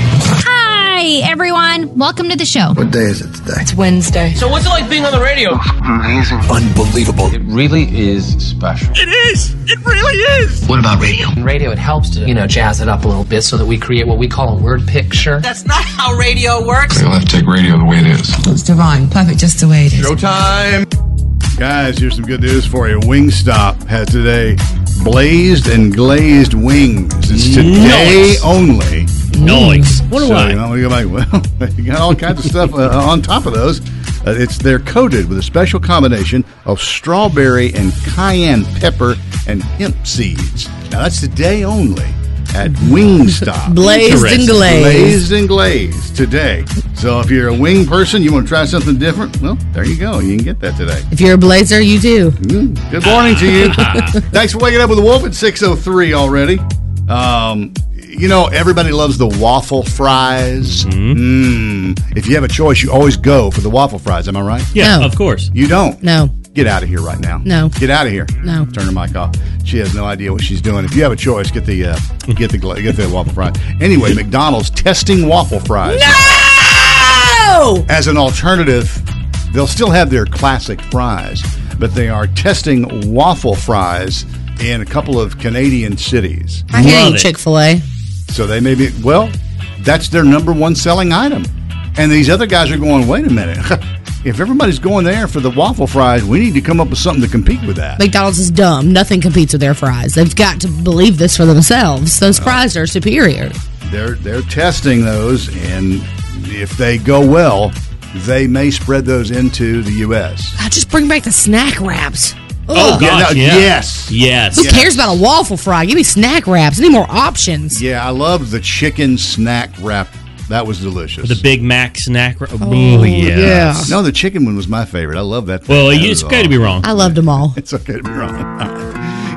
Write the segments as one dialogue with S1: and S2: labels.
S1: Hi, everyone. Welcome to the show.
S2: What day is it today?
S3: It's Wednesday.
S4: So what's it like being on the radio?
S2: Amazing.
S5: Unbelievable. It really is special.
S6: It is. It really is.
S2: What about radio?
S4: In radio, it helps to, you know, jazz it up a little bit so that we create what we call a word picture.
S7: That's not how radio works.
S8: Okay, let's take radio the way it is.
S9: It's divine. Perfect just the way it is.
S10: No time.
S11: Guys, here's some good news for you. Wingstop has today blazed and glazed wings. It's today
S12: Nice.
S11: only.
S12: Nice. What do
S11: so,
S12: I-
S11: You know, we go back. Well, you got all kinds of stuff uh, on top of those. Uh, it's they're coated with a special combination of strawberry and cayenne pepper and hemp seeds. Now that's today only at Wingstop.
S12: Blazed and
S11: Interesting.
S12: glazed.
S11: Blazed and glazed today. So if you're a wing person, you want to try something different. Well, there you go. You can get that today.
S12: If you're a blazer, you do.
S11: Mm, good morning to you. Thanks for waking up with the Wolf at 6.03 already. Um, you know, everybody loves the waffle fries. Mm. If you have a choice, you always go for the waffle fries. Am I right?
S12: Yeah,
S1: No.
S12: of course.
S11: You don't.
S12: No.
S11: Get out of here right now.
S12: No.
S11: Get out of here.
S12: No.
S11: Turn her mic off. She has no idea what she's doing. If you have a choice, get the uh, get the gla- get the waffle fries. Anyway, McDonald's testing waffle fries
S12: No!
S11: as an alternative. They'll still have their classic fries, but they are testing waffle fries in a couple of Canadian cities.
S12: I can't
S10: Love
S12: eat
S10: it.
S12: Chick fil A.
S11: So they may be, well, that's their number one selling item. And these other guys are going, wait a minute. If everybody's going there for the waffle fries, we need to come up with something to compete with that.
S12: McDonald's is dumb. Nothing competes with their fries. They've got to believe this for themselves. Those fries are superior.
S11: They're they're testing those, and if they go well, they may spread those into the U.S.
S12: I just bring back the snack wraps.
S10: Oh
S12: Ugh.
S10: gosh,
S11: no,
S10: yeah.
S11: yes.
S10: yes.
S12: Who cares about a waffle fry? Give me snack wraps. I need more options.
S11: Yeah, I love the chicken snack wrap. That was delicious. Uh,
S10: The Big Mac snack. Ro- oh, yes.
S11: no, the chicken one was my favorite. I love that. thing.
S10: Well,
S11: That
S10: you-
S11: was
S10: it's okay to be
S11: awesome.
S10: wrong.
S12: I loved them all.
S11: It's okay to be wrong.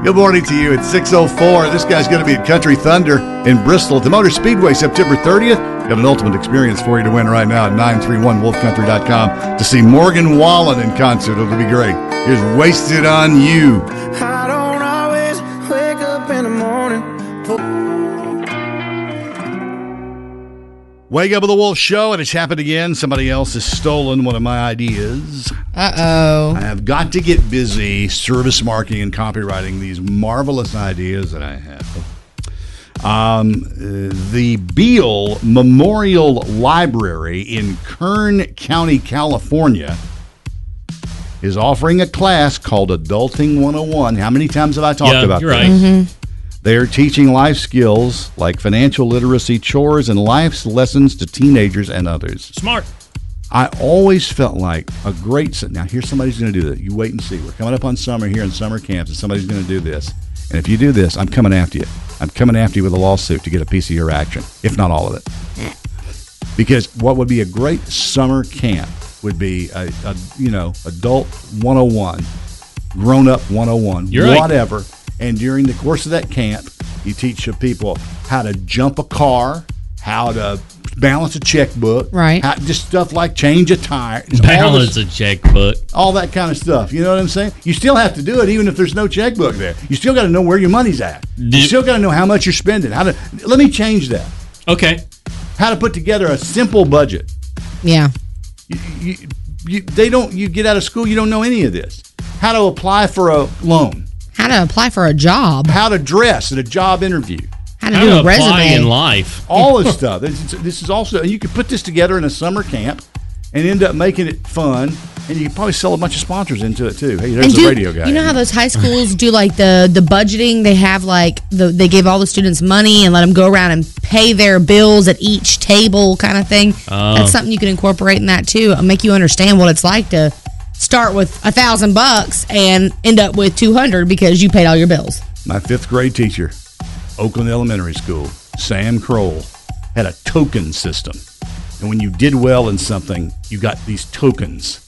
S11: Good morning to you. It's 604. This guy's going to be at Country Thunder in Bristol at the Motor Speedway September 30th. Got an ultimate experience for you to win right now at 931wolfcountry.com to see Morgan Wallen in concert. It'll be great. Here's Wasted on You.
S6: I don't always wake up in the morning.
S11: Wake Up with the Wolf show, and it's happened again. Somebody else has stolen one of my ideas.
S12: Uh oh.
S11: I have got to get busy service marketing and copywriting these marvelous ideas that I have. Um, uh, the Beale Memorial Library in Kern County, California, is offering a class called Adulting 101. How many times have I talked
S10: Yeah,
S11: about
S10: you're
S11: this?
S10: right.
S11: They are teaching life skills like financial literacy, chores, and life's lessons to teenagers and others.
S10: Smart.
S11: I always felt like a great. Now here somebody's going to do that. You wait and see. We're coming up on summer here in summer camps, and somebody's going to do this. And if you do this, I'm coming after you. I'm coming after you with a lawsuit to get a piece of your action, if not all of it. Because what would be a great summer camp would be a, a you know adult 101, grown up 101,
S10: You're right.
S11: whatever. And during the course of that camp, you teach your people how to jump a car, how to balance a checkbook,
S12: Right.
S11: how- just stuff like change a tire, all this-
S10: Balance a checkbook.
S11: all that kind of stuff. You know what I'm saying? You still have to do it, even if there's no checkbook there. You still got to know where your money's at. You
S10: Do-
S11: still got to know how much you're spending. How to let me change that?
S10: Okay.
S11: How to put together a simple budget?
S12: Yeah.
S11: You, you, you, they don't. You get out of school, you don't know any of this. How to apply for a loan?
S12: How to apply for a job?
S11: How to dress at a job interview?
S12: How to do a resume?
S6: in life?
S11: All this stuff. This, is- this is also. You could put this together in a summer camp and end up making it fun. And you could probably sell a bunch of sponsors into it too. Hey, there's
S12: and do,
S11: a radio guy.
S12: You know how those high schools do like the the budgeting? They have like the they give all the students money and let them go around and pay their bills at each table kind of thing.
S6: Oh.
S12: That's something you can incorporate in that too. It'll make you understand what it's like to start with a thousand bucks and end up with two hundred because you paid all your bills.
S11: My fifth grade teacher, Oakland Elementary School, Sam Kroll, had a token system. And when you did well in something, you got these tokens.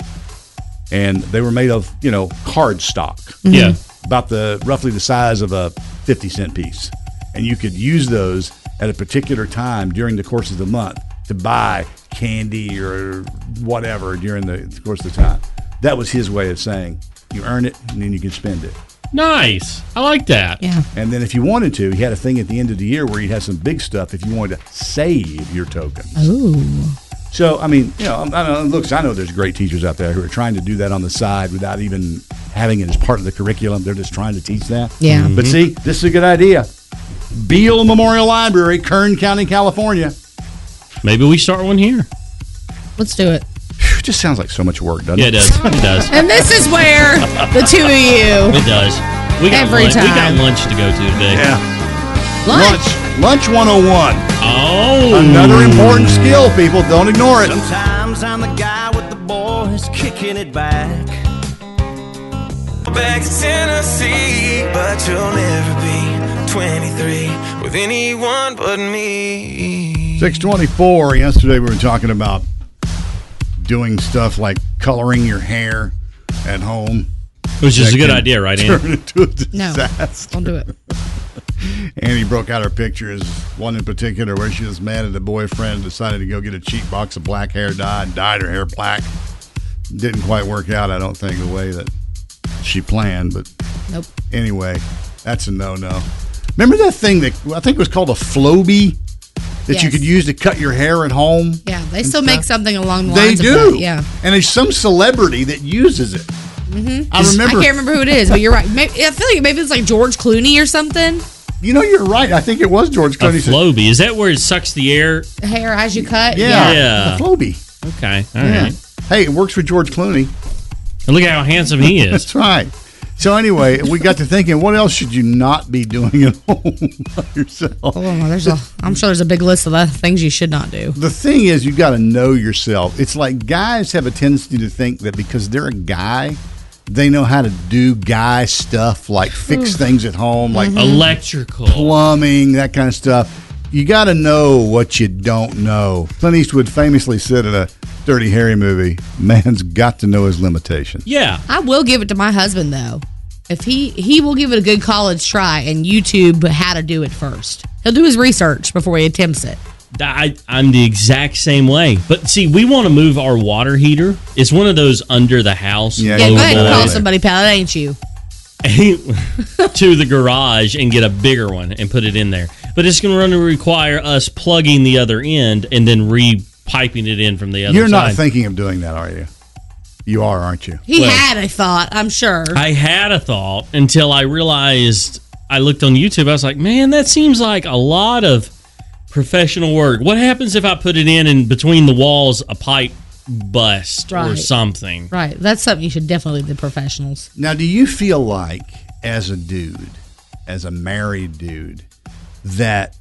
S11: And they were made of, you know, card stock.
S6: Yeah.
S11: About the roughly the size of a 50 cent piece. And you could use those at a particular time during the course of the month to buy candy or whatever during the, the course of the time. That was his way of saying you earn it and then you can spend it.
S6: Nice. I like that.
S12: Yeah.
S11: And then if you wanted to, he had a thing at the end of the year where he'd have some big stuff if you wanted to save your token.
S12: Oh.
S11: So, I mean, you know, I, I, looks, I know there's great teachers out there who are trying to do that on the side without even having it as part of the curriculum. They're just trying to teach that.
S12: Yeah.
S11: But see, this is a good idea. Beale Memorial Library, Kern County, California.
S6: Maybe we start one here.
S12: Let's do it.
S11: Phew, just sounds like so much work, doesn't
S6: Yeah, it
S11: it?
S6: does. It does.
S12: And this is where the two of you
S6: It does. We got
S12: Every
S6: lunch. We
S12: time.
S6: got lunch to go to today.
S11: Yeah.
S12: lunch.
S11: Lunch 101.
S6: Oh,
S11: Another important skill, people. Don't ignore it.
S13: Sometimes I'm the guy with the boys kicking it back. Back to Tennessee, but you'll never be 23 with anyone but me.
S11: 624 yesterday we were talking about doing stuff like coloring your hair at home
S6: which is a good
S11: Second.
S6: idea, right? Ann?
S11: turn into a disaster
S12: Don't do it.
S11: and he broke out her pictures one in particular where she was mad at a boyfriend decided to go get a cheap box of black hair dye and dyed her hair black didn't quite work out i don't think the way that she planned but
S12: Nope.
S11: anyway that's a no-no remember that thing that i think it was called a flowbee that you
S12: Yes.
S11: could use to cut your hair at home
S12: Yeah, they still make something along the
S11: They
S12: lines
S11: do.
S12: of that. Yeah. Mm-hmm.
S11: And there's some celebrity that uses it. I remember.
S12: I can't remember who it is, but you're right. Maybe, I feel like maybe it's like George Clooney or something.
S11: You know, you're right. I think it was George
S6: A
S11: Clooney. said-
S6: floby. Is that where it sucks the air?
S12: Hair as you cut.
S11: Yeah.
S6: Yeah.
S11: A Flowbee.
S6: Okay. All right.
S11: Yeah. Hey, it works for George Clooney.
S6: And look at how handsome he is.
S11: That's right. So anyway, we got to thinking, what else should you not be doing at home by yourself?
S12: Oh, well, there's a. I'm sure there's a big list of the things you should not do.
S11: The thing is, you got to know yourself. It's like guys have a tendency to think that because they're a guy, they know how to do guy stuff like
S12: Hmm.
S11: fix things at home, like
S6: Electrical.
S11: plumbing, that kind of stuff. You got to know what you don't know. Clint Eastwood famously said in a Dirty Harry movie, "Man's got to know his limitations."
S6: yeah.
S12: I will give it to my husband though. If he he will give it a good college try and YouTube how to do it first. He'll do his research before he attempts it.
S6: I, I'm the exact same way. But see, we want to move our water heater. It's one of those under the house.
S11: Yeah,
S12: Yeah,
S11: Oh,
S12: go ahead and
S11: boy.
S12: call somebody, pal. It ain't you.
S6: to the garage and get a bigger one and put it in there. But it's going to require us plugging the other end and then re-piping it in from the other
S11: You're
S6: side.
S11: not thinking of doing that, are you? You are, aren't you?
S12: He
S6: Well-
S12: had a thought, I'm sure.
S6: I had a thought until I realized I looked on YouTube. I was like, man, that seems like a lot of professional work. What happens if I put it in and between the walls a pipe bust or
S12: Right.
S6: something?
S12: right. That's something you should definitely leave the professionals.
S11: Now, do you feel like, as a dude, as a married dude, that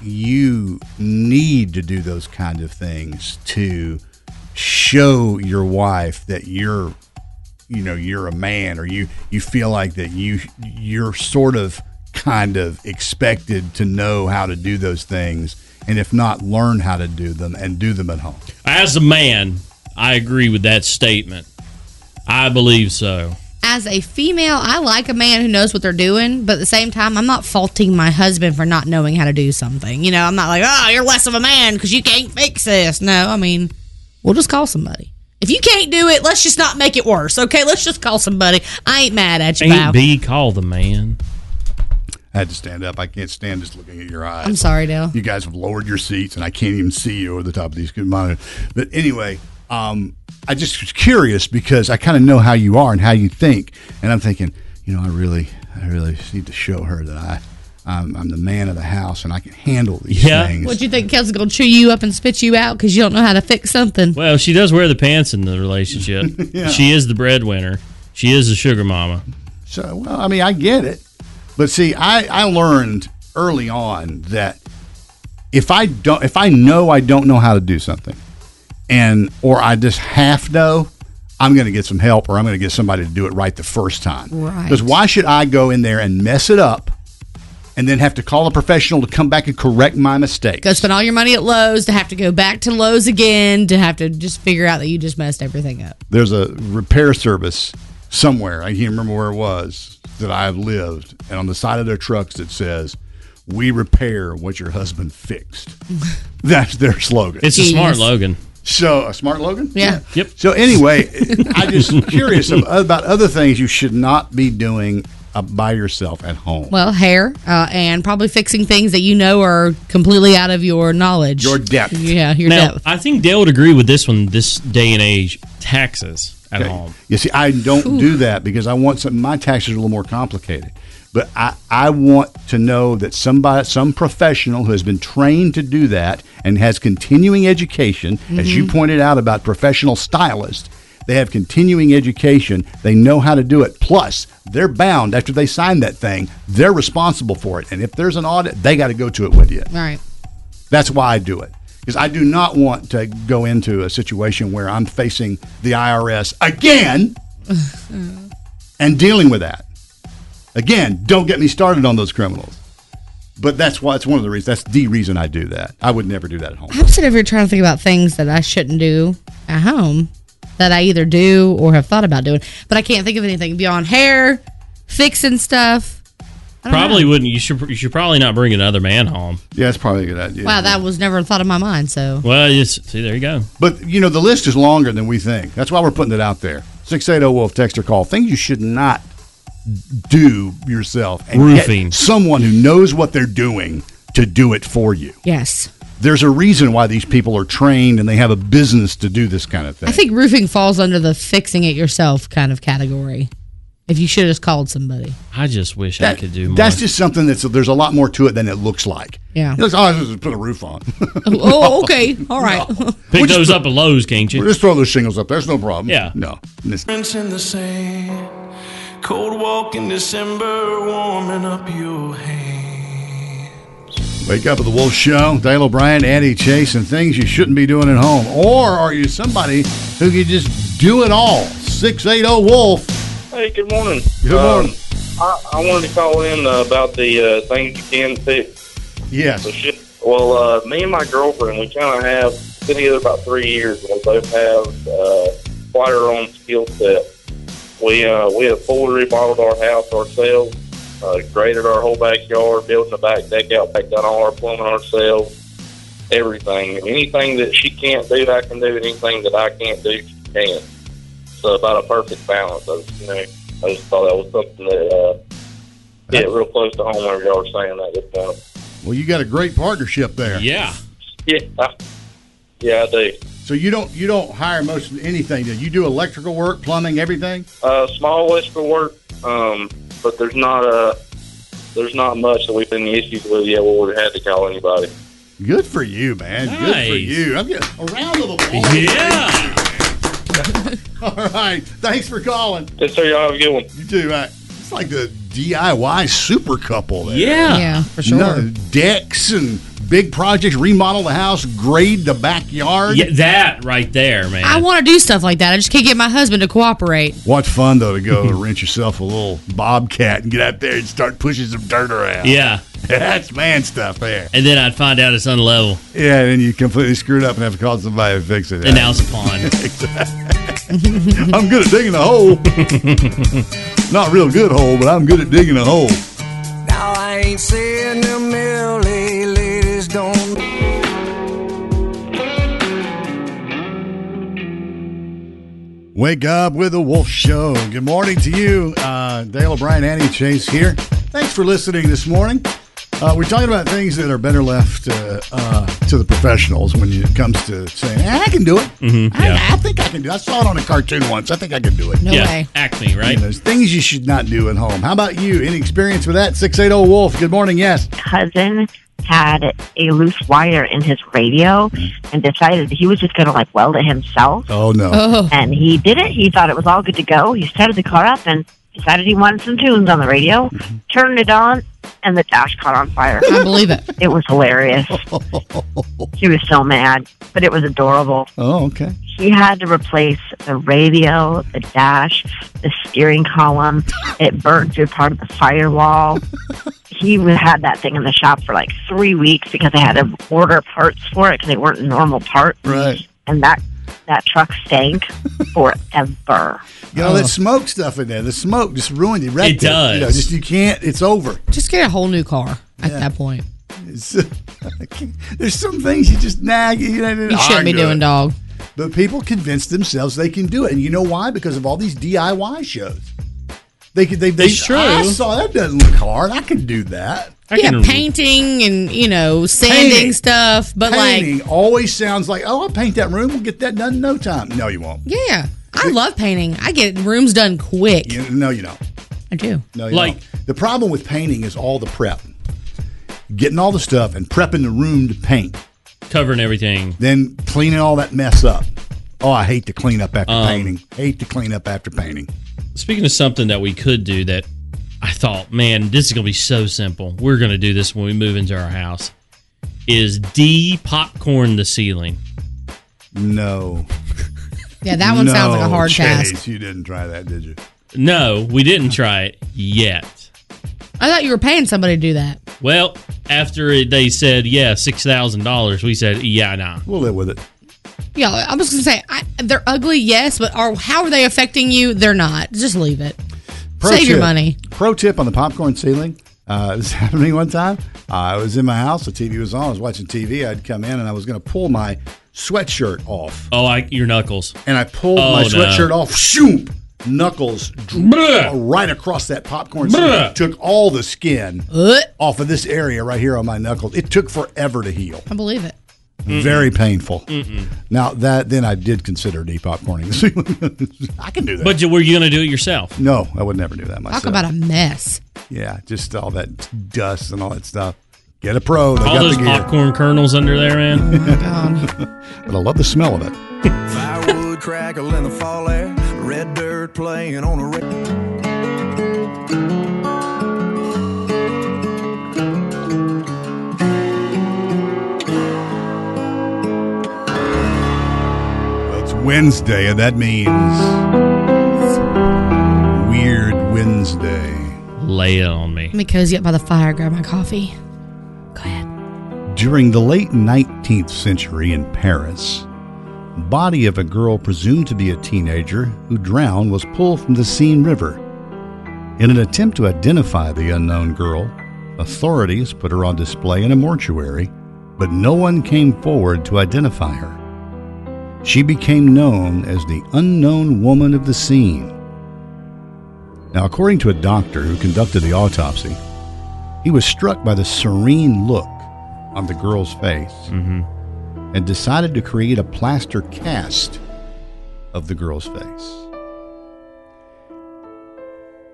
S11: you need to do those kind of things to show your wife that you're, you know, you're a man, or you you feel like that you you're sort of kind of expected to know how to do those things, and if not, learn how to do them and do them at home.
S6: As a man, I agree with that statement. I believe so.
S12: as a female, I like a man who knows what they're doing, but at the same time, I'm not faulting my husband for not knowing how to do something. You know, I'm not like, oh, you're less of a man because you can't fix this. No, I mean, we'll just call somebody. If you can't do it, let's just not make it worse. Okay, let's just call somebody. I ain't mad at you, pal.
S6: Ain't B call the man.
S11: I had to stand up. I can't stand just looking at your eyes.
S12: I'm sorry, Dale.
S11: You guys have lowered your seats, and I can't even see you over the top of these good monitors. But anyway,
S4: Um, I just was curious because I kind of know how you are and how you think, and I'm thinking, you know, I really, I really need to show her that I, I'm, I'm the man of the house and I can handle these
S6: Yeah.
S4: things.
S12: What you think, Kel's gonna chew you up and spit you out because you don't know how to fix something?
S6: Well, she does wear the pants in the relationship.
S4: Yeah.
S6: She is the breadwinner. She is the sugar mama.
S4: So, well, I mean, I get it. But see, I, I learned early on that if I don't, if I know I don't know how to do something and, or I just half know, I'm going to get some help or I'm going to get somebody to do it right the first time.
S12: Right.
S4: Because why should I go in there and mess it up and then have to call a professional to come back and correct my mistake?
S12: Go spend all your money at Lowe's to have to go back to Lowe's again to have to just figure out that you just messed everything up.
S4: there's a repair service somewhere. I can't remember where it was that I've lived, and on the side of their trucks it says, "We repair what your husband fixed." That's their slogan.
S6: It's a smart
S4: Genius.
S6: Logan.
S4: So a smart Logan.
S12: Yeah.
S6: Yep.
S4: So anyway, I'm just curious ab- about other things you should not be doing uh, by yourself at home.
S12: Well, hair uh, and probably fixing things that you know are completely out of your knowledge.
S4: Your depth.
S12: Yeah, your
S6: now,
S12: depth.
S6: I think Dale would agree with this one. This day and age, taxes at home.
S4: You see, I don't do that because I want some. My taxes are a little more complicated, but I I want to know that somebody, some professional who has been trained to do that and has continuing education, as you pointed out about professional stylist, they have continuing education. They know how to do it. Plus, they're bound after they sign that thing. They're responsible for it, and if there's an audit, they got to go to it with you.
S12: All right.
S4: That's why I do it. Because I do not want to go into a situation where I'm facing the IRS again and dealing with that. Again, don't get me started on those criminals. But that's why it's one of the reasons. That's the reason I do that. I would never do that at home.
S12: I'm sitting over here trying to think about things that I shouldn't do at home that I either do or have thought about doing, but I can't think of anything beyond hair, fixing stuff. I don't
S6: Probably
S12: know.
S6: wouldn't. You should. You should probably not bring another man home.
S4: Yeah, that's probably a good idea.
S12: Wow, that was never a thought in my mind. So
S6: Well, it's, see, there you go.
S4: But you know, the list is longer than we think. That's why we're putting it out there. Six eight zero Wolf text or call. Things you should not do yourself. And get
S6: Roofing.
S4: someone who knows what they're doing to do it for you.
S12: yes,
S4: There's a reason why these people are trained and they have a business to do this kind of thing.
S12: I think roofing falls under the fixing it yourself kind of category. If you should have just called somebody,
S6: I just wish I could do more.
S4: that's just something that's there's a lot more to it than it looks like.
S12: Yeah.
S4: It looks, oh, I just put a roof on.
S11: Uh,
S12: oh, okay, all right.
S6: Pick those up at Lowe's, can't you?
S4: just throw those shingles up. There's no problem.
S6: Yeah.
S4: No. It's-
S14: Prints in the sand. Cold walk in December, warming up your hand.
S4: Wake up at the Wolf Show. Dale O'Brien, Andy Chase, and things you shouldn't be doing at home. Or are you somebody who can just do it all? 680 Wolf.
S11: Hey, good morning.
S4: Good morning.
S11: I, I wanted to call in uh, about the uh, things you can fix.
S4: Yes.
S11: So shit. Well, uh, me and my girlfriend, we kind of have been together about three years. and We both have uh, quite our own skill set. We uh, we have fully remodeled our house ourselves, uh, graded our whole backyard, built the back deck out, back done all our plumbing ourselves, everything. Anything that she can't do, I can do. and Anything that I can't do, she can. So about a perfect balance. I just, you know, I just thought that was something that uh, hit real close to home whenever y'all were saying that uh, this morning.
S4: Well, you got a great partnership there.
S6: yeah.
S11: Yeah, I, yeah, I do.
S4: So you don't you don't hire most of anything. Do you? you do electrical work, plumbing, everything?
S11: Uh, small list for work, um, but there's not a there's not much that we've been issues with yet where we've had to call anybody.
S4: Good for you, man. Good for
S6: Nice.
S4: you. I'm getting a round of applause.
S6: Yeah.
S4: All right. Thanks for calling.
S11: Just so y'all have a good one.
S4: You too. Right. It's like the DIY super couple there.
S6: Yeah.
S12: yeah, for sure.
S4: No, decks and big projects, remodel the house, grade the backyard.
S6: Yeah, that right there, man.
S12: I want to do stuff like that. I just can't get my husband to cooperate.
S4: What fun though to go rent yourself a little bobcat and get out there and start pushing some dirt around.
S6: yeah.
S4: That's man stuff there.
S6: And then I'd find out it's unlevel
S4: Yeah, and then you completely screwed up and have to call somebody to fix it.
S6: and now it's a pond.
S4: I'm good at digging a hole. Not real good hole, but I'm good at digging a hole.
S14: Now I ain't saying them LA ladies don't.
S4: Wake up with the Wolf Show. Good morning to you, uh, Dale O'Brien, Annie Chase here. Thanks for listening this morning. Uh, we're talking about things that are better left uh, uh, to the professionals when it comes to saying, "Ah, I can do it. I, I think I can do it. I saw it on a cartoon once. I think I can do it.
S12: No
S6: yeah,
S12: way.
S6: Acme, right?
S4: You know, there's things you should not do at home. How about you? Any experience with that? 680 Wolf. Good morning. Yes.
S3: cousin had a loose wire in his radio and decided he was just going to like weld it himself.
S4: Oh, no.
S12: Uh.
S3: And he did it. He thought it was all good to go. He started the car up and decided he wanted some tunes on the radio, turned it on, and the dash caught on fire.
S12: I believe it.
S3: It was hilarious. he was so mad, but it was adorable.
S4: Oh, okay.
S3: He had to replace the radio, the dash, the steering column. It burned through part of the firewall. he had that thing in the shop for like three weeks because they had to order parts for it because they weren't normal parts.
S4: Right.
S3: And that that truck stank forever.
S4: You know, that
S12: Uh.
S4: smoke stuff in there. The smoke just ruined it. wrecked
S6: It does.
S4: You know, just you can't. It's over.
S12: Just get a whole new car at that point.
S4: It's, there's some things you just nag. You, know,
S12: You shouldn't be
S4: argue
S12: doing,
S4: it.
S12: dog.
S4: But people convince themselves they can do it, and you know why? Because of all these DIY shows. They could. They, they
S6: It's true.
S4: I saw that doesn't look hard. I can do that.
S12: yeah, painting and you know sanding
S4: Painting.
S12: stuff, but
S4: Painting
S12: like,
S4: always sounds like, oh, I'll paint that room. We'll get that done in no time. No, you won't.
S12: yeah, I love painting. I get rooms done quick.
S4: You, no, you don't.
S12: I do.
S4: No, you
S6: Like-
S4: don't. the problem with painting is all the prep, getting all the stuff and prepping the room to paint,
S6: Covering everything.
S4: then cleaning all that mess up. Oh, I hate to clean up after
S6: Um,
S4: painting. Hate to clean up after painting.
S6: Speaking of something that we could do that I thought, man, this is going to be so simple. We're going to do this when we move into our house. Is de popcorn the ceiling?
S4: No.
S12: Yeah, that one sounds like a
S4: No,
S12: hard
S4: Chase,
S12: task.
S4: You didn't try that, did you?
S6: No, we didn't try it yet.
S12: I thought you were paying somebody to do that.
S6: Well, after it- they said, yeah, $6,000, we said, yeah, nah.
S4: We'll live with it.
S12: Yeah, I was gonna say I, they're ugly, yes, but are how are they affecting you? They're not. Just leave it. Save your
S4: tip.
S12: money.
S4: Pro tip on the popcorn ceiling. Uh, this happened to me one time. Uh, I was in my house. The TV was on. I was watching TV. I'd come in and I was going to pull my sweatshirt off.
S6: Oh, I, your knuckles.
S4: And I pulled
S6: Oh,
S4: my
S6: no.
S4: sweatshirt off. Shoop! Knuckles dr-
S6: Bleh.
S4: right across that popcorn
S6: Bleh.
S4: ceiling. Took all the skin
S12: Ugh.
S4: off of this area right here on my knuckles. It took forever to heal.
S12: I believe it.
S6: Mm-hmm.
S4: Very painful. Now that then I did consider deep popcorning. I can do that.
S6: But you- were you going to do it yourself?
S4: no, I would never do that myself.
S12: Talk about a mess.
S4: Yeah, just all that dust and all that stuff. Get a pro. They
S6: All
S4: got
S6: those
S4: the gear.
S6: popcorn kernels under there, man.
S4: But I love the smell of it.
S14: Firewood crackle in the fall air, red dirt playing on a red.
S4: Well, it's Wednesday, and that means Weird Wednesday.
S6: Lay it on me.
S12: Let me cozy up by the fire, grab my coffee. Go ahead.
S4: During the late 19th century in Paris, body of a girl presumed to be a teenager who drowned was pulled from the Seine River. In an attempt to identify the unknown girl, authorities put her on display in a mortuary, but no one came forward to identify her. She became known as the unknown woman of the Seine. Now, according to a doctor who conducted the autopsy, he was struck by the serene look on the girl's face
S6: Mm-hmm.
S4: and decided to create a plaster cast of the girl's face.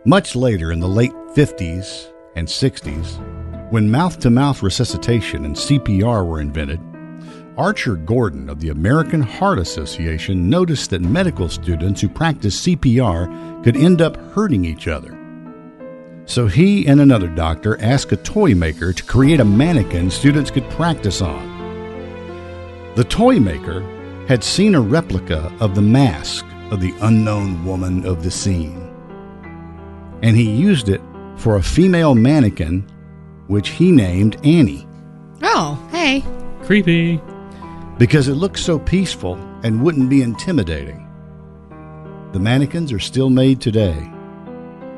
S4: Much later, in the late 50s and 60s, when mouth to mouth resuscitation and CPR were invented, Archer Gordon of the American Heart Association noticed that medical students who practiced CPR could end up hurting each other. So he and another doctor asked a toy maker to create a mannequin students could practice on. The toy maker had seen a replica of the mask of the unknown woman of the scene, and he used it for a female mannequin, which he named Annie,
S12: Oh, hey.
S6: Creepy.
S4: because it looked so peaceful and wouldn't be intimidating. The mannequins are still made today,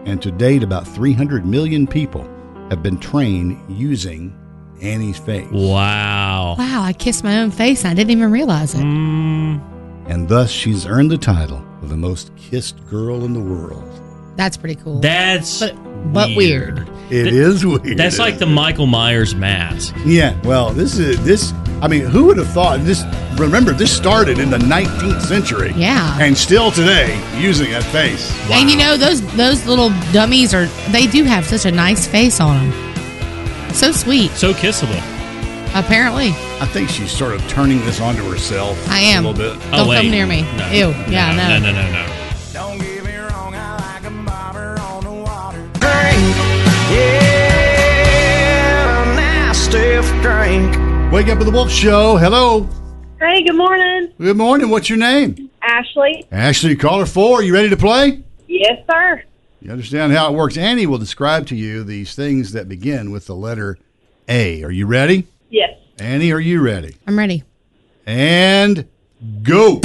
S4: and to date, about 300 million people have been trained using Annie's face.
S6: Wow.
S12: Wow, I kissed my own face and I didn't even realize it.
S6: Mm,
S4: and thus she's earned the title of the most kissed girl in the world.
S12: That's pretty cool.
S6: That's
S12: but, but weird.
S4: It is weird.
S6: That's like the Michael Myers mask.
S4: Yeah. Well, this is this. I mean, who would have thought this? Remember, this started in the 19th century.
S12: Yeah.
S4: And still today, using that face.
S12: And you know those those little dummies are they do have such a nice face on them. So sweet.
S6: So kissable. Oh,
S12: Apparently,
S4: I think she's sort of turning this onto herself.
S12: I am.
S4: a little bit.
S12: Don't come
S6: wait.
S12: near me.
S6: No.
S12: Ew.
S6: No,
S12: Yeah, I
S6: No,
S12: know.
S6: no, no, no.
S4: Wake up with the Wolf Show. Hello.
S7: Hey, good morning,
S4: Good morning. What's your name?
S7: Ashley.
S4: Ashley, caller four. You ready to play?
S7: Yes, sir.
S4: You understand how it works. Annie will describe to you these things that begin with the letter A. Are you ready?
S7: Yes.
S4: Annie, are you ready?
S12: I'm ready.
S4: And go.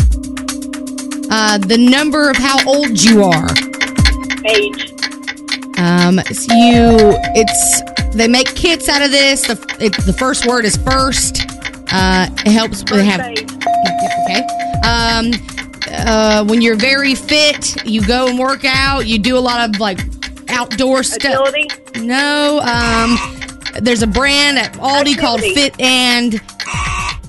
S12: Uh, the number of how old you are.
S7: Age.
S12: Um, so you, it's they make kits out of this. The it, the first word is first. Uh, it helps with have okay. Um, uh, when you're very fit, you go and work out. You do a lot of like outdoor stuff. No, um, there's a brand at Aldi called
S7: Agility.
S12: Fit and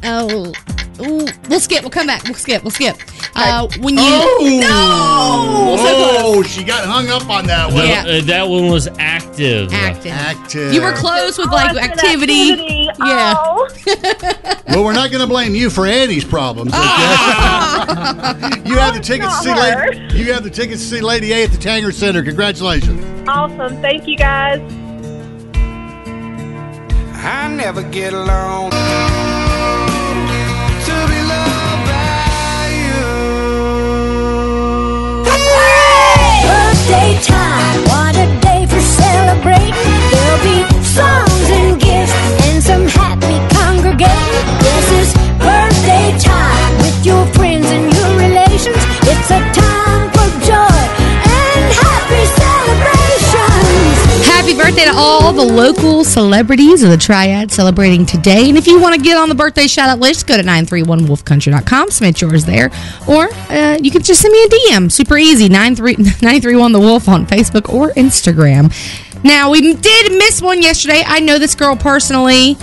S12: oh. Ooh, we'll skip. We'll come back. We'll skip. We'll skip. Uh, when you
S4: Oh,
S12: no, So close.
S4: oh she got hung up on that
S6: The-
S4: one.
S6: uh, that one was active.
S12: Active.
S4: Active.
S12: You were close with like activity. Yeah.
S4: Well, we're not going to blame you for Annie's problems.
S12: Ah.
S4: Okay? you have the tickets to see Lady. You have the tickets to see Lady A at the Tanger Center. Congratulations.
S7: Awesome. Thank you, guys.
S14: I never get along. To be loved by you.
S10: Birthday time, what a day for celebrating. There'll be songs and gifts and some happy congregating. This is birthday time with your friends and your relations. It's a time for joy and happy celebrations.
S12: Happy birthday to all the local celebrities of the Triad celebrating today. And if you want to get on the birthday shout out list, go to 931wolfcountry.com, submit yours there. Or uh, you can just send me a DM. Super easy 93 931 The Wolf on Facebook or Instagram. Now, we did miss one yesterday. I know this girl personally.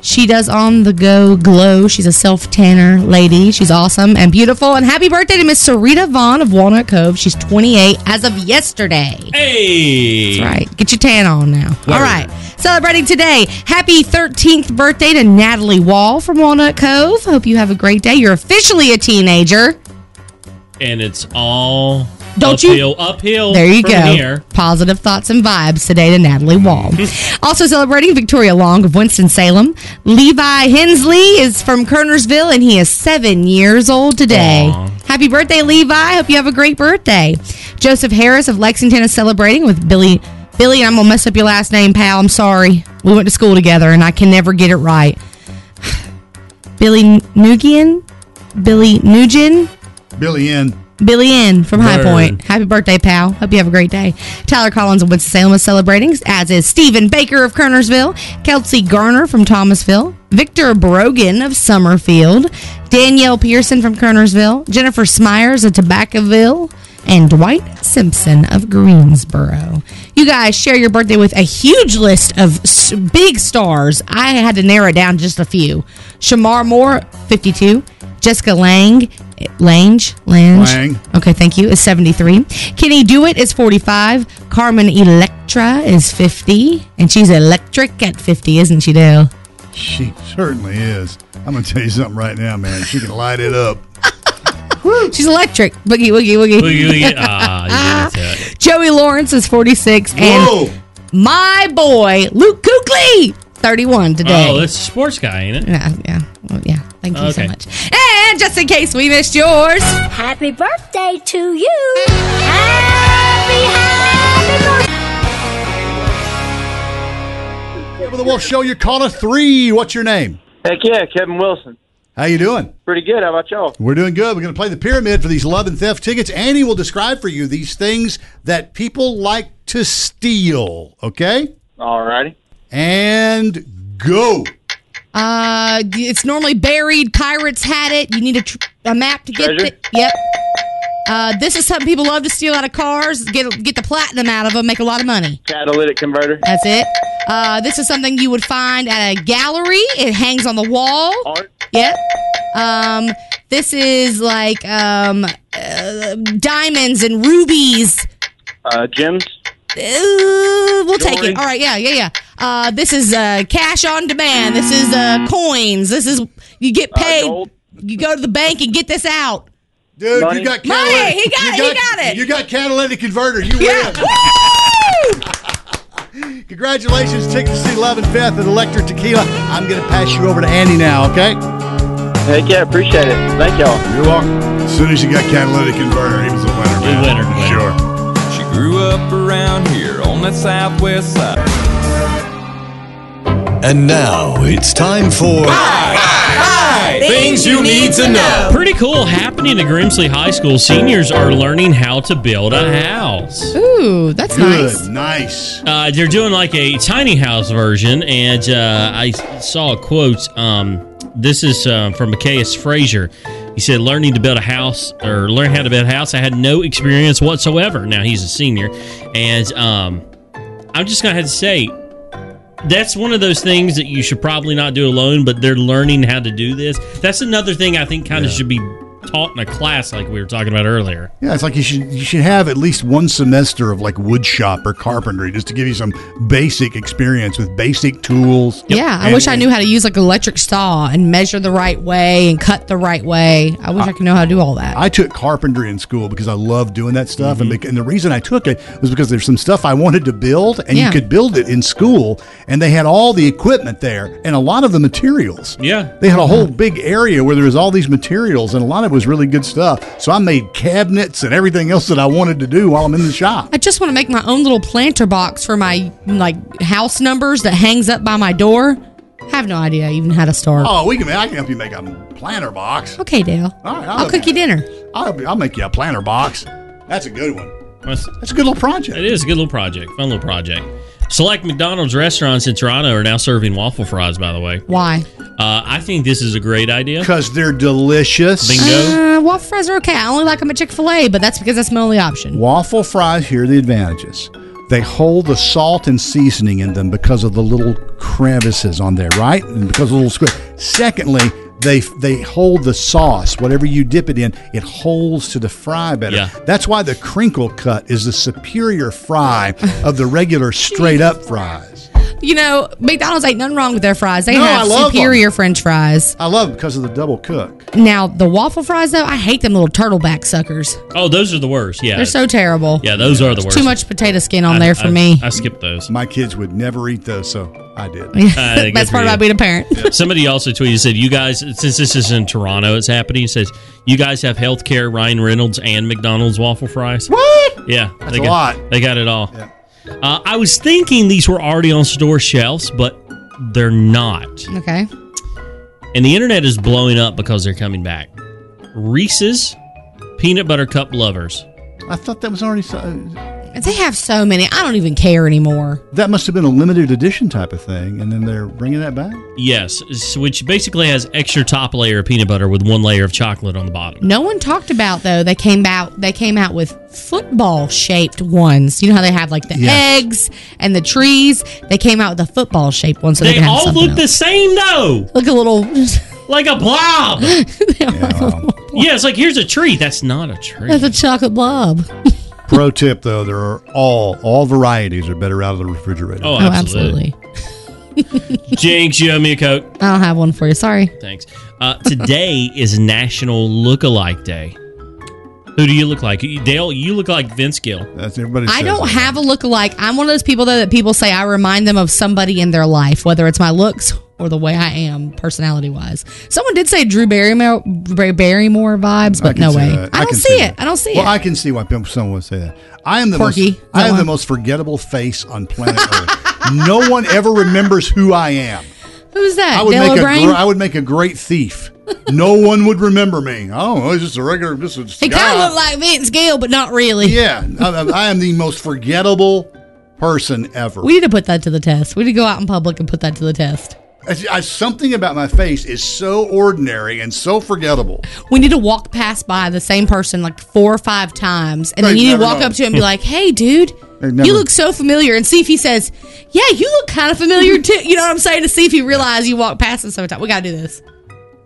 S12: She does on the go glow. She's a self tanner lady. She's awesome and beautiful. And happy birthday to Miss Sarita Vaughn of Walnut Cove. She's 28 as of yesterday.
S6: Hey.
S12: That's right. Get your tan on now. All right. Celebrating today. Happy 13th birthday to Natalie Wall from Walnut Cove. Hope you have a great day. You're officially a teenager.
S6: And it's all
S12: Don't you-
S6: uphill, uphill.
S12: There you
S6: from
S12: go.
S6: Here.
S12: Positive thoughts and vibes today to Natalie Wall. also celebrating Victoria Long of Winston-Salem. Levi Hensley is from Kernersville and he is seven years old today. Happy birthday, Levi. Hope you have a great birthday. Joseph Harris of Lexington is celebrating with Billy. Billy, and I'm going to mess up your last name, pal. I'm sorry. We went to school together and I can never get it right. Billy Nugian? Billy Nugent?
S4: Billy in.
S12: Billy N from High
S4: Word.
S12: Point. Happy birthday, pal. Hope you have a great day. Tyler Collins of Winston-Salem is celebrating, as is Stephen Baker of Kernersville, Kelsey Garner from Thomasville, Victor Brogan of Summerfield, Danielle Pearson from Kernersville, Jennifer Smyers of Tobaccoville, and Dwight Simpson of Greensboro. You guys share your birthday with a huge list of s- big stars. I had to narrow it down just a few. Shamar Moore, 52. Jessica Lang, Lange, Lange.
S4: Lang.
S12: Okay, thank you. Is 73. Kenny Dewitt is 45. Carmen Electra is 50. And she's electric at 50, isn't she, Dale?
S4: She certainly is. I'm going to tell you something right now, man. She can light it up.
S12: She's electric. Boogie, woogie, woogie.
S6: Boogie, woogie. Ah, yeah, that's it.
S12: Joey Lawrence is 46. And
S6: Whoa.
S12: my boy, Luke Kukley, 31 today.
S6: Oh, that's a sports guy, ain't it?
S12: Yeah, yeah. Well, yeah. Thank you
S6: Okay.
S12: so much. And just in case we missed yours,
S10: Happy birthday to you. Happy, happy birthday.
S4: Wake up with the Wolf Show. You're caller three. What's your name?
S15: Heck yeah, Kevin Wilson.
S4: How you doing?
S15: Pretty good. How about y'all?
S4: We're doing good. We're going to play the pyramid for these love and theft tickets. Annie will describe for you these things that people like to steal. Okay?
S15: Alrighty.
S4: And go.
S12: uh, it's normally buried. Pirates had it. You need a, tr- a map to get
S15: Treasure?
S12: it. Yep. Uh, this is something people love to steal out of cars, get get the platinum out of them, make a lot of money.
S15: Catalytic converter.
S12: That's it. Uh, this is something you would find at a gallery. It hangs on the wall. Art. Yep. Um, this is like um, uh, diamonds and rubies.
S15: Uh, gems.
S12: Ooh, Uh, we'll take
S15: Jewelry.
S12: it. All right, yeah, yeah, yeah. Uh, this is uh, cash on demand. This is uh, coins. This is you get
S4: Uh,
S12: paid. you go to the bank and get this out.
S16: Dude,
S12: Money.
S16: you got
S12: Money,
S16: catalytic.
S12: he got
S16: you
S12: it, he got it.
S16: You got catalytic converter. You win. Congratulations, Texas City Love and Beth at Electric Tequila. I'm going to pass you over to Andy now, okay?
S15: Heck yeah, appreciate it. Thank y'all.
S17: You're welcome. As soon as he got catalytic converter, he was a winner, man.
S6: winner.
S17: Sure.
S14: She grew up around here on that southwest side.
S18: And now it's time for
S17: Ah,
S18: Things You Need to Know.
S6: Pretty cool happening at Grimsley High School. Seniors are learning how to build a house.
S12: Ooh, that's nice.
S16: nice.
S6: Uh, they're doing like a tiny house version, and uh, I saw a quote. Um, this is uh, from Micaeus Frazier. He said, "Learning to build a house or learn how to build a house, I had no experience whatsoever." Now he's a senior, and um, I'm just gonna have to say that's one of those things that you should probably not do alone. But they're learning how to do this. That's another thing I think kind of should be taught in a class, like we were talking about earlier.
S4: Yeah, it's like you should you should have at least one semester of like wood shop or carpentry just to give you some basic experience with basic tools.
S12: Yeah, I wish I knew how to use like an electric saw and measure the right way and cut the right way. I wish I could know how to do all that.
S4: I took carpentry in school because I love doing that stuff,
S6: Mm-hmm.
S4: and, bec- and the reason I took it was because there's some stuff I wanted to build, and
S12: Yeah.
S4: you could build it in school, and they had all the equipment there and a lot of the materials.
S6: Yeah. Mm-hmm.
S4: They had a whole big area where there was all these materials, and a lot of it was really good stuff. So I made cabinets and everything else that I wanted to do while I'm in the shop.
S12: I just want to make my own little planter box for my like house numbers that hangs up by my door. I have no idea even how to start.
S4: Oh, we can. I can help you make a planter box.
S12: Okay, Dale.
S4: All right,
S12: I'll cook you dinner.
S4: I'll, I'll make you a planter box. That's a good one.
S6: That's,
S4: a good little project.
S6: It is a good little project. Fun little project. Select McDonald's restaurants in Toronto are now serving waffle fries, by the way.
S12: Why?
S6: Uh, I think this is a great idea.
S4: Because they're delicious.
S12: Uh, waffle fries are okay. I only like them at Chick Fil A, but that's because that's my only option.
S4: Waffle fries, here are the advantages. They hold the salt and seasoning in them because of the little crevices on there, right? And because of the little squid. Secondly, they they hold the sauce, whatever you dip it in, it holds to the fry better.
S6: Yeah.
S4: That's why the crinkle cut is the superior fry of the regular straight up fries.
S12: You know, McDonald's ain't nothing wrong with their fries. They
S4: No, I
S12: have
S4: love 'em.
S12: superior French fries.
S4: I love 'em because of the double cook.
S12: Now the waffle fries though, I hate them little turtleback suckers.
S6: Oh, those are the worst. Yeah.
S12: They're so terrible.
S6: Yeah, those are the
S12: There's
S6: worst.
S12: Too much potato skin on
S6: I-
S12: there for
S6: I-
S12: me.
S6: I skipped those.
S4: My kids would never eat those, so I did.
S6: Uh, good
S12: Best
S6: for
S12: part
S6: you.
S12: about being a parent.
S6: Somebody also tweeted said, "You guys, since this is in Toronto, it's happening." Says, "You guys have health care, Ryan Reynolds, and McDonald's waffle fries."
S4: What?
S6: Yeah,
S4: That's
S6: they
S4: a
S6: got,
S4: lot.
S6: They got it all. Uh, I was thinking these were already on store shelves, but they're not.
S12: Okay.
S6: And the internet is blowing up because they're coming back. Reese's peanut butter cup lovers.
S4: I thought that was already. So, uh,
S12: They have so many. I don't even care anymore.
S4: that must have been a limited edition type of thing, and then they're bringing that back.
S6: Yes, s- which basically has extra top layer of peanut butter with one layer of chocolate on the bottom.
S12: No one talked about though. They came out. They came out with football shaped ones. You know how they have like the
S6: Yeah.
S12: eggs and the trees. They came out with a football shaped one, so they,
S6: they
S12: can have
S6: all
S12: something
S6: look
S12: else.
S6: the same though.
S12: Look a little.
S6: Like a blob. yeah, it's like here's a tree. That's not a tree.
S12: That's a chocolate blob.
S6: Oh,
S4: Pro tip though, there are all all varieties are better out of the refrigerator.
S6: Oh, absolutely. Jinx, you owe me a coat.
S12: I don't have one for you. Sorry.
S6: Thanks. Uh, today is National Lookalike Day. Who do you look like? Dale, you look like Vince Gill.
S4: That's everybody.
S12: I don't have a look alike. I'm one of those people though that people say I remind them of somebody in their life, whether it's my looks or the way I am personality wise. Someone did say Drew Barrymore, Barrymore vibes, but no
S4: uh,
S12: way. I, don't see it. I don't see
S4: Well,
S12: it.
S4: I can see why people- someone would say that. I am the
S12: Quirky.
S4: most. I
S12: That
S4: am the
S12: one.
S4: most forgettable face on planet Earth. no one ever remembers who I am.
S12: Who's that?
S4: I would
S12: Dale
S4: make a
S12: O'Brien?
S4: gr- I would make a great thief. No one would remember me. Oh, it's just a regular. Just a
S12: He kind of
S4: guy.
S12: looked like Vince Gill, but not really.
S4: Yeah, I, I- I am the most forgettable person ever.
S12: We need to put that to the test. We need to go out in public and put that to the test.
S4: I- I- something about my face is so ordinary and so forgettable.
S12: We need to walk past by the same person like four or five times, and then
S4: They'd
S12: you need to
S4: never
S12: walk
S4: know.
S12: up to him and be like, "Hey, dude,
S4: They'd never-
S12: you look so familiar," and see if he says, "Yeah, you look kind of familiar too." You know what I'm saying? To see if he realizes you walk past him sometime. We gotta do this.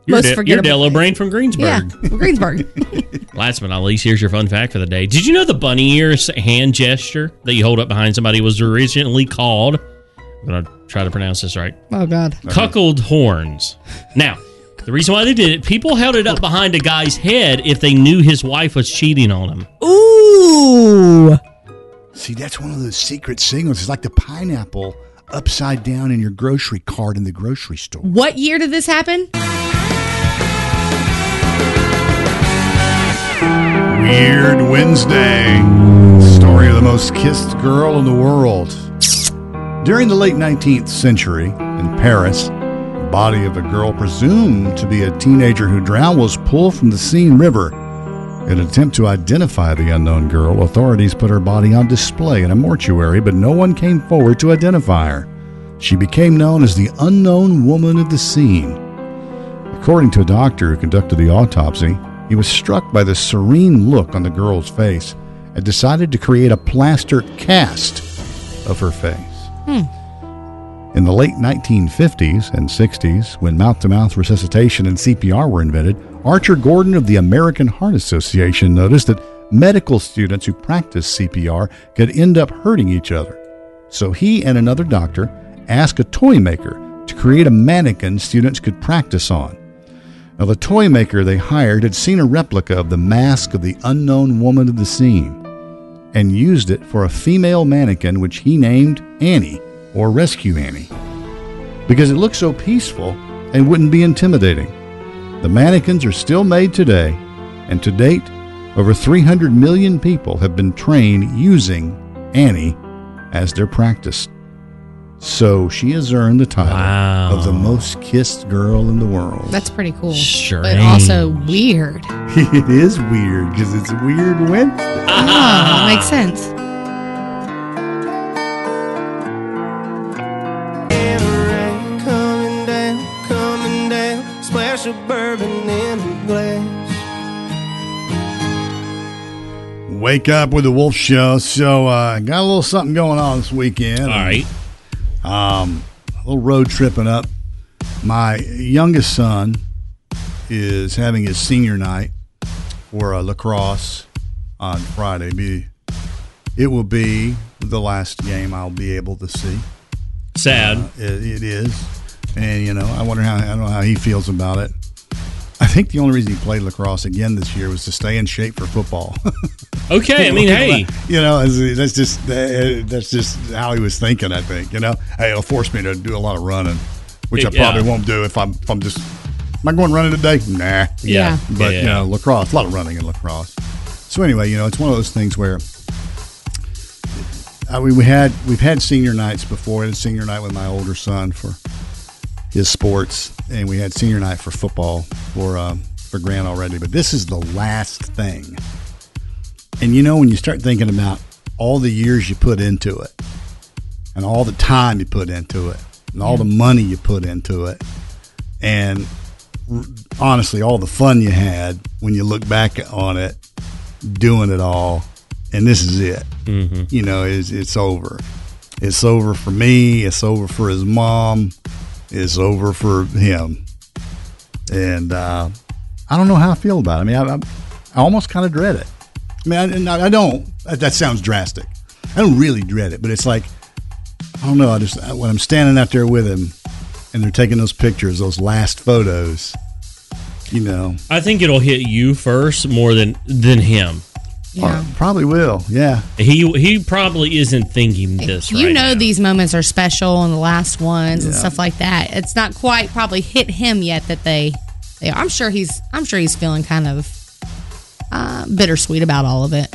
S6: You're,
S12: Most
S6: De- you're
S12: forgettable.
S6: Dell O'Brien from
S12: Yeah,
S6: Greensburg.
S12: Greensburg.
S6: Last but not least, here's your fun fact for the day. Did you know the bunny ears hand gesture that you hold up behind somebody was originally called? I'm going to try to pronounce this right.
S12: oh God.
S6: Cuckold horns. Now, the reason why they did it, people held it up behind a guy's head if they knew his wife was cheating on him.
S12: Ooh.
S4: See, that's one of those secret signals. It's like the pineapple upside down in your grocery cart in the grocery store.
S12: What year did this happen?
S4: Weird Wednesday. Story of the most kissed girl in the world. During the late 19th century in Paris, the body of a girl presumed to be a teenager who drowned was pulled from the Seine River. In an attempt to identify the unknown girl, authorities put her body on display in a mortuary, but no one came forward to identify her. She became known as the unknown woman of the Seine. According to a doctor who conducted the autopsy, he was struck by the serene look on the girl's face and decided to create a plaster cast of her face.
S12: Hmm.
S4: In the late 1950s and 60s, when mouth to mouth resuscitation and CPR were invented, Archer Gordon of the American Heart Association noticed that medical students who practiced CPR could end up hurting each other. So he and another doctor asked a toy maker to create a mannequin students could practice on. Now, the toy maker they hired had seen a replica of the mask of the unknown woman of the scene and used it for a female mannequin which he named Annie or Rescue Annie because it looked so peaceful and wouldn't be intimidating. The mannequins are still made today, and to date, over 300 million people have been trained using Annie as their practice. So she has earned the title of the most kissed girl in the world.
S12: That's pretty cool.
S6: Sure.
S12: But also weird.
S4: it is weird because it's Weird Wednesday.
S12: Oh, makes sense.
S14: Coming down, coming down, splash of bourbon in a glass.
S4: Wake up with the Wolf Show. So uh, got a little something going on this weekend. All
S6: right.
S4: Um, a little road tripping up. My youngest son is having his senior night for uh, lacrosse on Friday. Be it will be the last game I'll be able to see.
S6: Sad.
S4: Uh, it, it is, and you know I wonder how I don't know how he feels about it. I think the only reason he played lacrosse again this year was to stay in shape for football.
S6: Okay, I mean, hey.
S4: you know that's- that's just that's just how he was thinking. I think you know hey, it'll force me to do a lot of running, which I
S6: Yeah.
S4: probably won't do if I'm if I'm just am I going running today? Nah,
S6: Yeah.
S4: but
S6: Yeah.
S4: you know lacrosse, a lot of running in lacrosse. So anyway, you know it's one of those things where. I mean, we had we've had senior nights before. I had senior night with my older son for his sports, and we had senior night for football for um, for Grant already. But this is the last thing, and you know when you start thinking about all the years you put into it, and all the time you put into it, and all the money you put into it, and r- honestly, all the fun you had when you look back on it, doing it all, and this is it.
S6: Mhm.
S4: You know, it's, it's over. It's over for me. It's over for his mom. It's over for him. And uh, I don't know how I feel about it. I mean, I, I, I almost kind of dread it. I mean, I, and I, I don't. That, that sounds drastic. I don't really dread it, but it's like I don't know. I just I, when I'm standing out there with him, and they're taking those pictures, those last photos. You know,
S6: I think it'll hit you first more than than him.
S4: Yeah. uh, probably will. Yeah.
S6: He he probably isn't thinking this
S12: You
S6: right
S12: know these moments are special and the last ones and
S6: Yeah.
S12: stuff like that. It's not quite probably hit him yet that they they I'm sure he's I'm sure he's feeling kind of uh, bittersweet about all of it.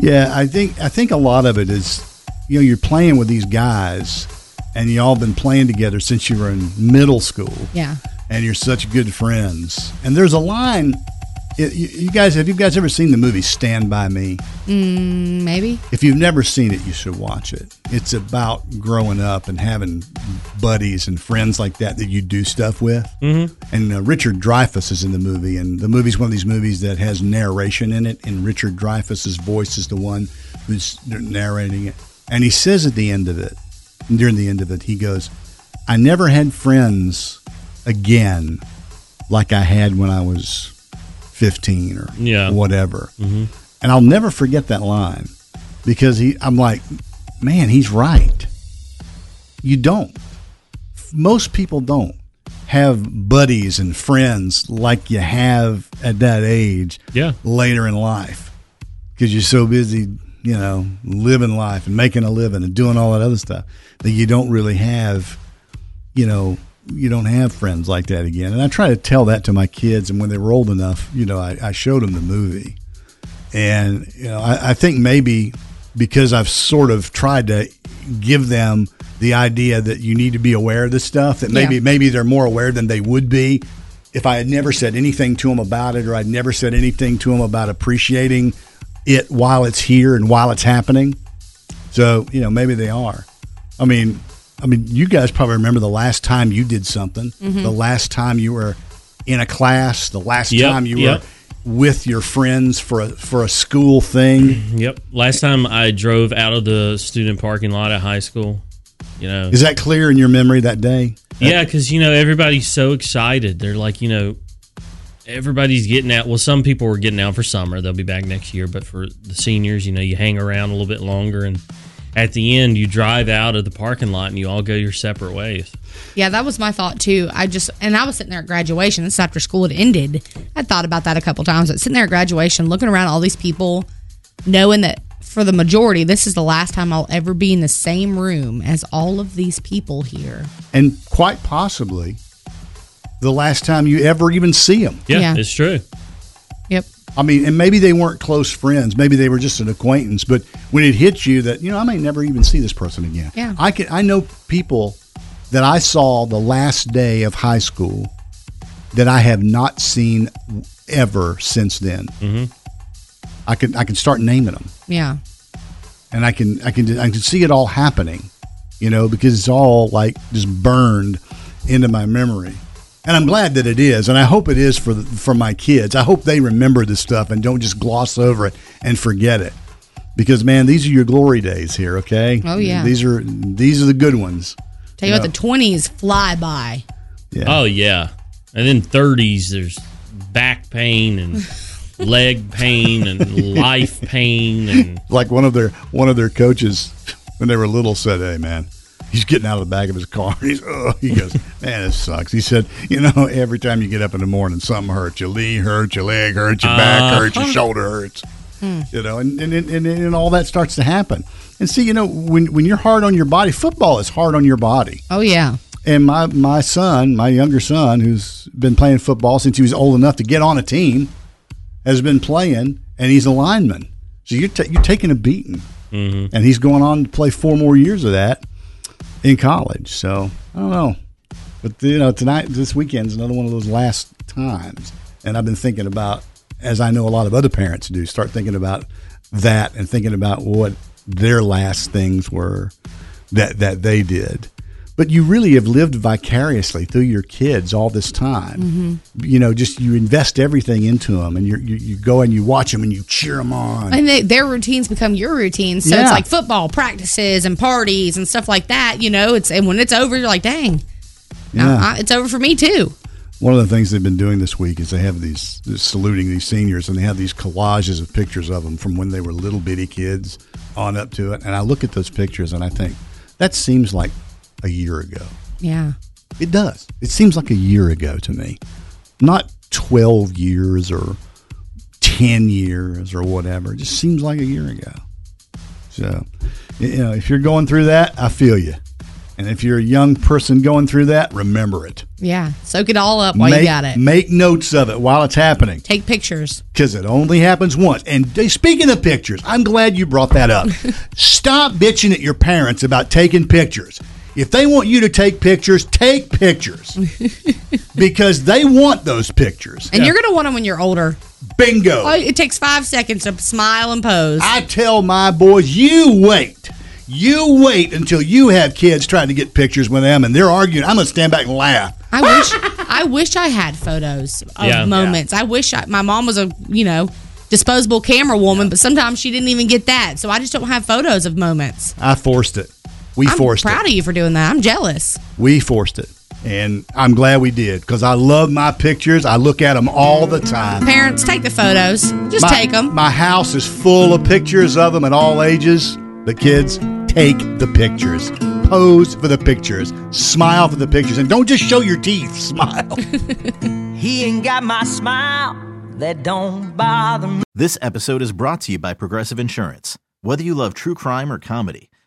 S4: Yeah, I think I think a lot of it is, you know, you're playing with these guys, and you all been playing together since you were in middle school.
S12: Yeah.
S4: and you're such good friends. And there's a line it, you you guys, have you guys ever seen the movie Stand By Me?
S12: Mm, maybe.
S4: If you've never seen it, you should watch it. It's about growing up and having buddies and friends like that that you do stuff with.
S6: Mm-hmm.
S4: And uh, Richard Dreyfuss is in the movie, and the movie's one of these movies that has narration in it, and Richard Dreyfuss's voice is the one who's narrating it. And he says at the end of it, during the end of it, he goes, "I never had friends again like I had when I was 15 or
S6: Yeah.
S4: whatever."
S6: Mm-hmm.
S4: And I'll never forget that line because he, I'm like, man, he's right. You don't. Most people don't have buddies and friends like you have at that age
S6: Yeah.
S4: later in life because you're so busy, you know, living life and making a living and doing all that other stuff that you don't really have, you know, you don't have friends like that again. And I try to tell that to my kids. And when they were old enough, you know, I, I showed them the movie. And, you know, I, I think maybe because I've sort of tried to give them the idea that you need to be aware of this stuff, that maybe,
S12: Yeah.
S4: maybe they're more aware than they would be if I had never said anything to them about it or I'd never said anything to them about appreciating it while it's here and while it's happening. So, you know, maybe they are. I mean, I mean, you guys probably remember the last time you did something,
S6: Mm-hmm.
S12: Mhm.
S4: the last time you were in a class, the last
S6: Yep,
S4: time you
S6: yep.
S4: were with your friends for a, for a school thing.
S6: Yep. Last time I drove out of the student parking lot at high school, you know.
S4: Is that clear in your memory that day?
S6: Yeah, because you know everybody's so excited. They're like, you know, everybody's getting out. Well, some people were getting out for summer. They'll be back next year. But for the seniors, you know, you hang around a little bit longer, and at the end, you drive out of the parking lot and you all go your separate ways.
S12: Yeah, that was my thought too. I just and I was sitting there at graduation. This is after school had ended. I thought about that a couple times. But sitting there at graduation, looking around at all these people, knowing that for the majority, this is the last time I'll ever be in the same room as all of these people here.
S4: And quite possibly the last time you ever even see them.
S6: Yeah,
S12: Yeah.
S6: it's true.
S12: Yep.
S4: I mean, and maybe they weren't close friends. Maybe they were just an acquaintance. But when it hits you that you know I may never even see this person again.
S12: Yeah.
S4: I can. I know people that I saw the last day of high school that I have not seen ever since then.
S6: Mm-hmm.
S4: I can. I can start naming them,
S12: Yeah.
S4: and I can. I can. I can see it all happening. You know, because it's all like just burned into my memory. And I'm glad that it is, and I hope it is for the, for my kids. I hope they remember this stuff and don't just gloss over it and forget it, because man, these are your glory days here. Okay.
S12: Oh, yeah.
S4: These are these are the good ones.
S12: Tell you
S4: Yeah.
S12: what, the twenties fly by.
S4: Yeah.
S6: Oh yeah, and then thirties, there's back pain and leg pain and life pain and
S4: Like one of their one of their coaches when they were little said, "Hey man." He's getting out of the back of his car. He's, oh, he goes, man, this sucks. He said, you know, every time you get up in the morning, something hurts. Your knee hurts, your leg hurts, your back hurts, your
S6: Uh-huh.
S4: shoulder hurts. you know, and and, and and and all that starts to happen. And see, you know, when when you're hard on your body, football is hard on your body.
S12: Oh yeah.
S4: And my my son, my younger son, who's been playing football since he was old enough to get on a team, has been playing, and he's a lineman. So you're ta- you're taking a beating, and he's going on to play four more years of that in college. So I don't know, but you know, tonight this weekend's another one of those last times, and I've been thinking about, as I know a lot of other parents do, start thinking about that and thinking about what their last things were that that they did. But you really have lived vicariously through your kids all this time. You know, just you invest everything into them, and you're, you you go and you watch them and you cheer them on.
S12: And they, their routines become your routines. So
S4: Yeah.
S12: it's like football practices and parties and stuff like that. You know, it's and when it's over, you're like, dang,
S4: Yeah.
S12: I, I, it's over for me too.
S4: One of the things they've been doing this week is they have these they're saluting these seniors, and they have these collages of pictures of them from when they were little bitty kids on up to it. And I look at those pictures and I think that seems like a year ago.
S12: Yeah.
S4: It does. It seems like a year ago to me. Not 12 years or 10 years or whatever. It just seems like a year ago. So, you know, if you're going through that, I feel you. And if you're a young person going through that, remember it.
S12: Yeah. Soak it all up while
S4: make,
S12: you got it.
S4: Make notes of it while it's happening
S12: Take pictures.
S4: because it only happens once. And they- speaking of pictures, I'm glad you brought that up. Stop bitching at your parents about taking pictures. If they want you to take pictures, take pictures because they want those pictures.
S12: And you're going to want them when you're older.
S4: Bingo.
S12: Oh, it takes five seconds to smile and pose.
S4: I tell my boys, you wait. You wait until you have kids trying to get pictures with them and they're arguing. I'm going to stand back and laugh.
S12: I wish I wish I had photos of
S4: Yeah.
S12: moments. I wish I, my mom was a you know disposable camera woman, but sometimes she didn't even get that. So I just don't have photos of moments.
S4: I forced it. We
S12: I'm
S4: forced
S12: proud
S4: it.
S12: of you for doing that. I'm jealous.
S4: We forced it. And I'm glad we did because I love my pictures. I look at them all the time.
S12: Parents, take the photos. Just
S4: my,
S12: take them.
S4: My house is full of pictures of them at all ages. The kids take the pictures, pose for the pictures, smile for the pictures, and don't just show your teeth. Smile.
S19: He ain't got my smile. That don't bother me.
S20: This episode is brought to you by Progressive Insurance. Whether you love true crime or comedy,